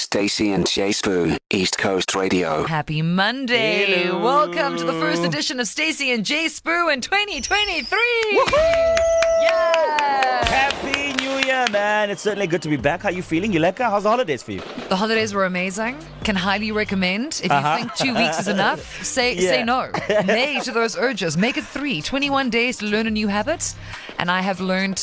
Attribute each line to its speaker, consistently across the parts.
Speaker 1: Stacy and Jay Spoo, East Coast Radio.
Speaker 2: Happy Monday.
Speaker 3: Hello.
Speaker 2: Welcome to the first edition of Stacy and Jay Spoo in 2023. Yeah.
Speaker 3: Happy New Year, man. It's certainly good to be back. How you feeling? You lekker? How's the holidays for you?
Speaker 2: The holidays were amazing. Can highly recommend. If you think two weeks is enough, say
Speaker 3: Uh-huh. Yeah.
Speaker 2: say no. Nay to those urges. Make it three. 21 days to learn a new habit. And I have learned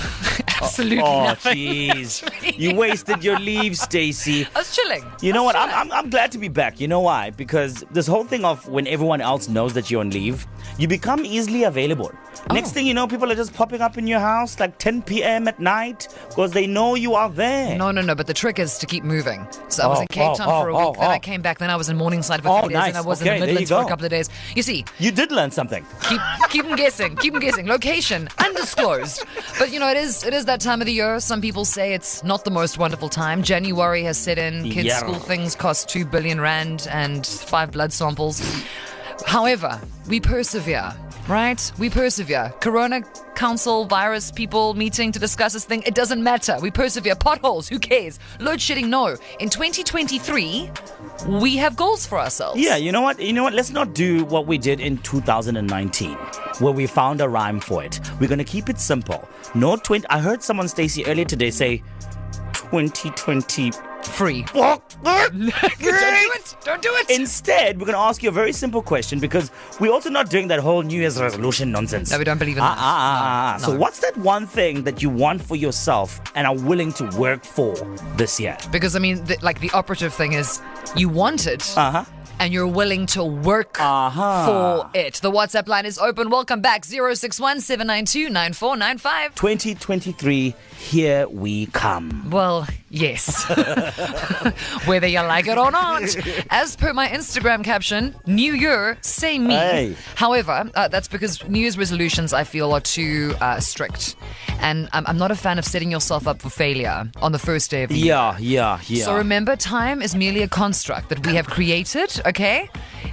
Speaker 2: absolutely
Speaker 3: Oh,
Speaker 2: nothing.
Speaker 3: jeez. you wasted your leave, Stacy.
Speaker 2: I was chilling.
Speaker 3: You know what? I'm, I'm, I'm glad to be back. You know why? Because this whole thing of when everyone else knows that you're on leave, you become easily available. Next thing you know, people are just popping up in your house like 10 p.m. at night because they know you are there.
Speaker 2: No, no, no. But the trick is to keep moving. So I was
Speaker 3: Oh,
Speaker 2: in Cape
Speaker 3: oh,
Speaker 2: Town
Speaker 3: oh,
Speaker 2: for a
Speaker 3: oh,
Speaker 2: week. then I
Speaker 3: oh.
Speaker 2: came back. Then I was in Morningside for
Speaker 3: Oh,
Speaker 2: three days.
Speaker 3: nice.
Speaker 2: and I was
Speaker 3: Okay,
Speaker 2: in the
Speaker 3: there you
Speaker 2: Midlands for a
Speaker 3: go.
Speaker 2: couple of days. You see,
Speaker 3: You did learn something.
Speaker 2: keep keep them guessing. Keep them guessing. Location undisclosed. But you know, it is it is that time of the year. Some people say it's not the most wonderful time. January has set in. Kids'
Speaker 3: Yeah.
Speaker 2: school things cost two billion rand and five blood samples. However, we persevere. Right? We persevere. Corona Council, virus people meeting to discuss this thing. It doesn't matter. We persevere. Potholes, who cares? Load shedding, no. In 2023, we have goals for ourselves.
Speaker 3: Yeah, you know what? You know what? Let's not do what we did in 2019, where we found a rhyme for it. We're gonna keep it simple. No twenty. I heard someone, Stacy, earlier today say, 2020.
Speaker 2: Free. Don't do
Speaker 3: Instead,
Speaker 2: it. Don't do it.
Speaker 3: we're gonna ask you a very simple question because we're also not doing that whole New Year's resolution nonsense.
Speaker 2: No, we don't believe in
Speaker 3: Ah,
Speaker 2: that.
Speaker 3: ah, ah, ah.
Speaker 2: No,
Speaker 3: So,
Speaker 2: no.
Speaker 3: what's that one thing that you want for yourself and are willing to work for this year?
Speaker 2: Because I mean, the, like the operative thing is, you want it,
Speaker 3: Uh huh.
Speaker 2: and you're willing to work
Speaker 3: Uh-huh.
Speaker 2: for it. The WhatsApp line is open. Welcome back. Zero six one seven nine two nine four nine five.
Speaker 3: 2023, here we come.
Speaker 2: Well, yes. Whether you like it or not. As per my Instagram caption, New Year, say me.
Speaker 3: Hey.
Speaker 2: However, uh, that's because New Year's resolutions, I feel, are too uh, strict. And I'm, I'm not a fan of setting yourself up for failure on the first day of the year.
Speaker 3: Yeah, yeah, yeah.
Speaker 2: So remember, time is merely a construct that we have created. Okay,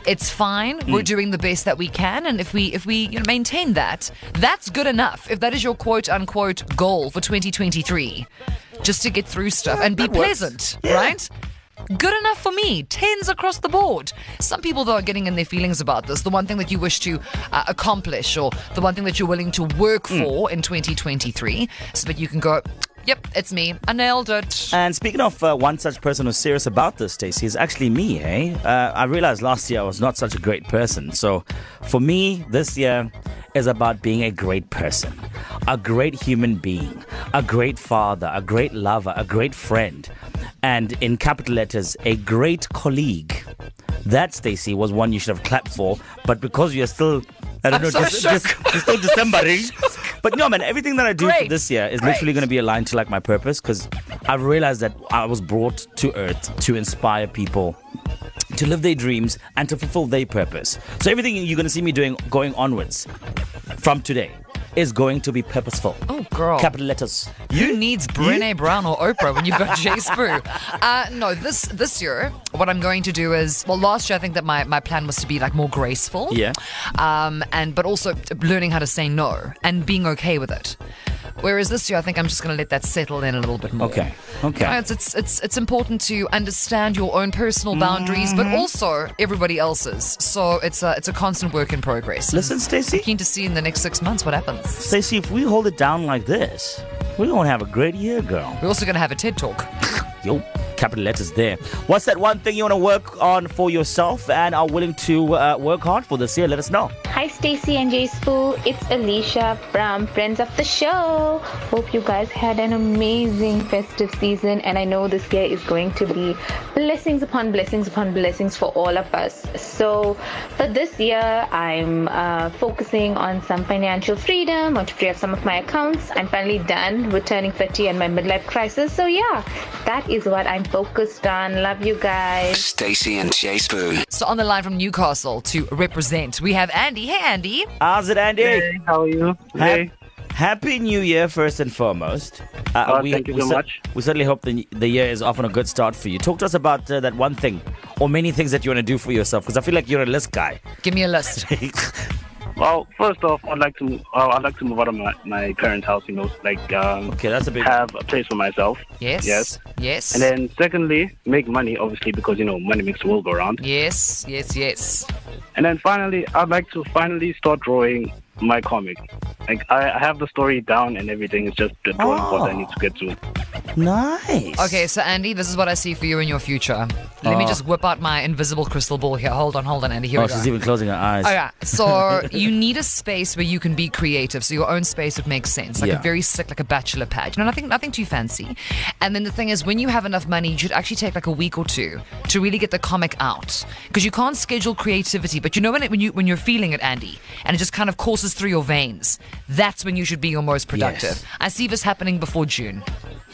Speaker 2: it's fine. We're
Speaker 3: Mm.
Speaker 2: doing the best that we can, and if we if we you know, maintain that, that's good enough. If that is your quote unquote goal for 2023, just to get through stuff and be
Speaker 3: that works.
Speaker 2: pleasant, right? Good enough for me. Tens across the board. Some people, though, are getting in their feelings about this. The one thing that you wish to uh, accomplish, or the one thing that you're willing to work
Speaker 3: Mm.
Speaker 2: for in 2023, so that you can go, yep, it's me. I nailed it.
Speaker 3: And speaking of uh, one such person who's serious about this, Stacey, is actually me, hey? Uh, I realized last year I was not such a great person. So for me, this year is about being a great person, a great human being, a great father, a great lover, a great friend, and in capital letters, a great colleague. That, Stacey, was one you should have clapped for, but because you're still, I don't
Speaker 2: I'm
Speaker 3: know,
Speaker 2: so
Speaker 3: just, just, you're still Decembering. But no, man, everything that I do
Speaker 2: Great.
Speaker 3: for this year is literally going to be aligned to like my purpose because I realized that I was brought to earth to inspire people to live their dreams and to fulfill their purpose. So everything you're going to see me doing going onwards from today is going to be purposeful.
Speaker 2: Oh, girl.
Speaker 3: Capital letters.
Speaker 2: Who needs Brene Brown or Oprah when you've got Jay Spoo? Uh, no, this this year, what I'm going to do is well, last year I think that my, my plan was to be like more graceful,
Speaker 3: Yeah.
Speaker 2: um, and but also learning how to say no and being okay with it. Whereas this year, I think I'm just going to let that settle in a little bit more.
Speaker 3: Okay.
Speaker 2: You know,
Speaker 3: Okay.
Speaker 2: It's, it's it's it's important to understand your own personal boundaries,
Speaker 3: Mm-hmm.
Speaker 2: but also everybody else's. So it's a it's a constant work in progress.
Speaker 3: Listen, Stacey.
Speaker 2: Keen to see in the next six months what happens.
Speaker 3: Stacey, if we hold it down like this, we're going to have a great year, girl.
Speaker 2: We're also going to have a TED talk.
Speaker 3: Yo, capital letters there. What's that one thing you want to work on for yourself and are willing to uh, work hard for this year? Let us know.
Speaker 4: Hi, Stacy and Jay Spoo. It's Alicia from Friends of the Show. Hope you guys had an amazing festive season, and I know this year is going to be blessings upon blessings upon blessings for all of us. So, for this year, I'm uh, focusing on some financial freedom, want to free up some of my accounts. I'm finally done with turning 30 and my midlife crisis. So, yeah, that is what I'm focused on. Love you guys.
Speaker 1: Stacy and Jay Spoo.
Speaker 2: So on the line from Newcastle to represent, we have Andy. Hey, Andy.
Speaker 3: How's it, Andy?
Speaker 5: Hey, how are you?
Speaker 3: Hap-
Speaker 5: Hey,
Speaker 3: Happy New Year, first and foremost. Uh,
Speaker 5: Oh, thank you so
Speaker 3: cer-
Speaker 5: much.
Speaker 3: We certainly hope the, the year is off on a good start for you. Talk to us about uh, that one thing or many things that you want to do for yourself because I feel like you're a list guy.
Speaker 2: Give me a list.
Speaker 5: Well, first off, I'd like to uh, I'd like to move out of my, my parents' house. You know, like um,
Speaker 3: Okay, that's a big.
Speaker 5: have a place for myself.
Speaker 2: Yes.
Speaker 5: Yes.
Speaker 2: Yes.
Speaker 5: And then secondly, make money, obviously, because you know money makes the world go round.
Speaker 2: yes. Yes. Yes.
Speaker 5: And then finally, I'd like to finally start drawing my comic. Like I, I have the story down and everything. It's just the drawing part I need to get to.
Speaker 3: Nice.
Speaker 2: Okay, so Andy, this is what I see for you in your future. Let me
Speaker 3: Ah.
Speaker 2: just whip out my invisible crystal ball here. Hold on, hold on, Andy. Here
Speaker 3: Oh,
Speaker 2: we go.
Speaker 3: she's even closing her eyes.
Speaker 2: Okay, so you need a space where you can be creative, so your own space would make sense, like
Speaker 3: Yeah.
Speaker 2: a very sick, like a bachelor pad, you know, nothing, nothing too fancy. And then the thing is, when you have enough money, you should actually take like a week or two to really get the comic out, because you can't schedule creativity. But you know when it, when you when you're feeling it, Andy, and it just kind of courses through your veins, that's when you should be your most productive.
Speaker 3: Yes.
Speaker 2: I see this happening before June.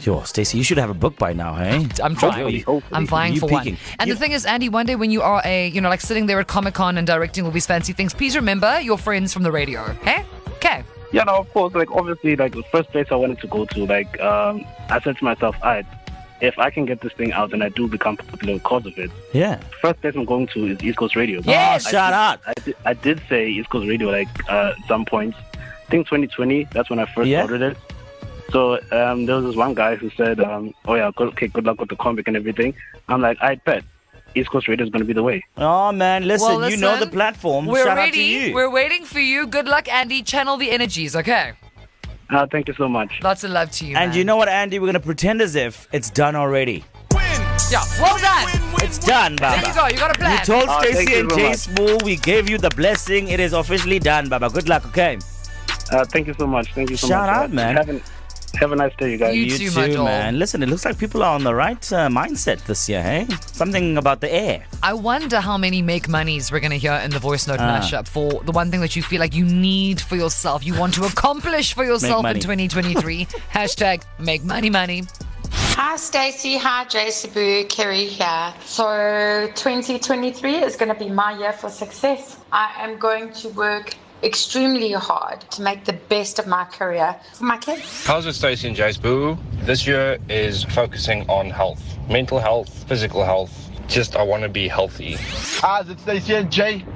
Speaker 3: Yo, Stacey, you should have a book by now, hey?
Speaker 2: I'm trying.
Speaker 5: Hopefully, hopefully.
Speaker 2: I'm vying
Speaker 3: You
Speaker 2: for
Speaker 3: peeking.
Speaker 2: one. And
Speaker 3: You-
Speaker 2: the thing is, Andy, one day when you are a, you know, like sitting there at Comic Con and directing all these fancy things, please remember your friends from the radio. Hey? Okay.
Speaker 5: Yeah, no, of course. Like obviously, like the first place I wanted to go to, like um, I said to myself, I if I can get this thing out and I do become popular because of it,
Speaker 3: Yeah.
Speaker 5: first place I'm going to is East Coast Radio.
Speaker 2: Yes!
Speaker 3: Oh, shut up.
Speaker 5: I did, I did say East Coast Radio like uh, at some point. I think 2020. That's when I first
Speaker 3: Yeah.
Speaker 5: ordered it. So um, there was this one guy who said, um, "Oh yeah, good, okay, good luck with the comic and everything." I'm like, I bet East Coast Radio is going to be the way.
Speaker 3: Oh, man, listen,
Speaker 2: well,
Speaker 3: you know
Speaker 2: listen,
Speaker 3: the platform.
Speaker 2: We're
Speaker 3: Shout
Speaker 2: ready.
Speaker 3: out to you.
Speaker 2: We're waiting for you. Good luck, Andy. Channel the energies, okay?
Speaker 5: Uh, thank you so much.
Speaker 2: Lots of love to you.
Speaker 3: and
Speaker 2: man.
Speaker 3: you know what, Andy? We're going to pretend as if it's done already.
Speaker 2: Yeah. Well done.
Speaker 3: It's done, Baba.
Speaker 2: There you go. You got a
Speaker 3: We
Speaker 2: plan.
Speaker 3: told
Speaker 5: Oh, thank
Speaker 3: Stacey
Speaker 5: you
Speaker 3: and
Speaker 5: very
Speaker 3: Jay
Speaker 5: much.
Speaker 3: Small, we gave you the blessing. It is officially done, Baba. Good luck, okay?
Speaker 5: Uh, thank you so much. Thank you so
Speaker 3: Shout
Speaker 5: much. Uh,
Speaker 3: out, man.
Speaker 5: Have a, have a nice day, you guys.
Speaker 2: You too, my doll.
Speaker 3: man. Listen, it looks like people are on the right uh, mindset this year, hey? Something about the air.
Speaker 2: I wonder how many make monies we're going to hear in the voice note
Speaker 3: Ah.
Speaker 2: mashup for the one thing that you feel like you need for yourself, you want to accomplish for yourself in
Speaker 3: money.
Speaker 2: 2023. Hashtag make money money.
Speaker 6: Hi, Stacey. Hi, Jay Sabu. Kerry here. So, 2023 is going to be my year for success. I am going to work extremely hard to make the best of my career for my kids.
Speaker 7: How's with Stacey and Jace Boo? This year is focusing on health, mental health, physical health. Just I want to be healthy.
Speaker 8: As it's Stacey and Jay,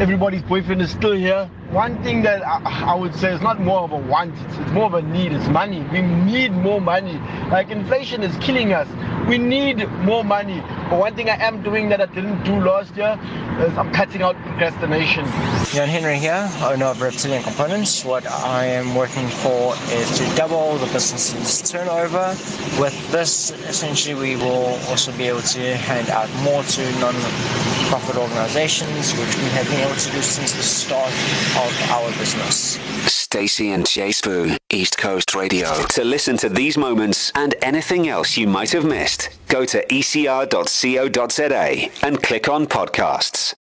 Speaker 8: everybody's boyfriend is still here. One thing that I, I would say is not more of a want, it's, it's more of a need, it's money. We need more money. Like inflation is killing us. We need more money. But one thing I am doing that I didn't do last year is I'm cutting out procrastination.
Speaker 9: Jan Henry here, owner of Reptilian Components. What I am working for is to double the business's turnover. With this, essentially, we will also be able to hand out more to non profit organizations, which we have been able to do since the start of our business.
Speaker 1: Stacy and Jay Spoon, East Coast Radio. To listen to these moments and anything else you E might have missed, go to ecr.co.za and click on podcasts.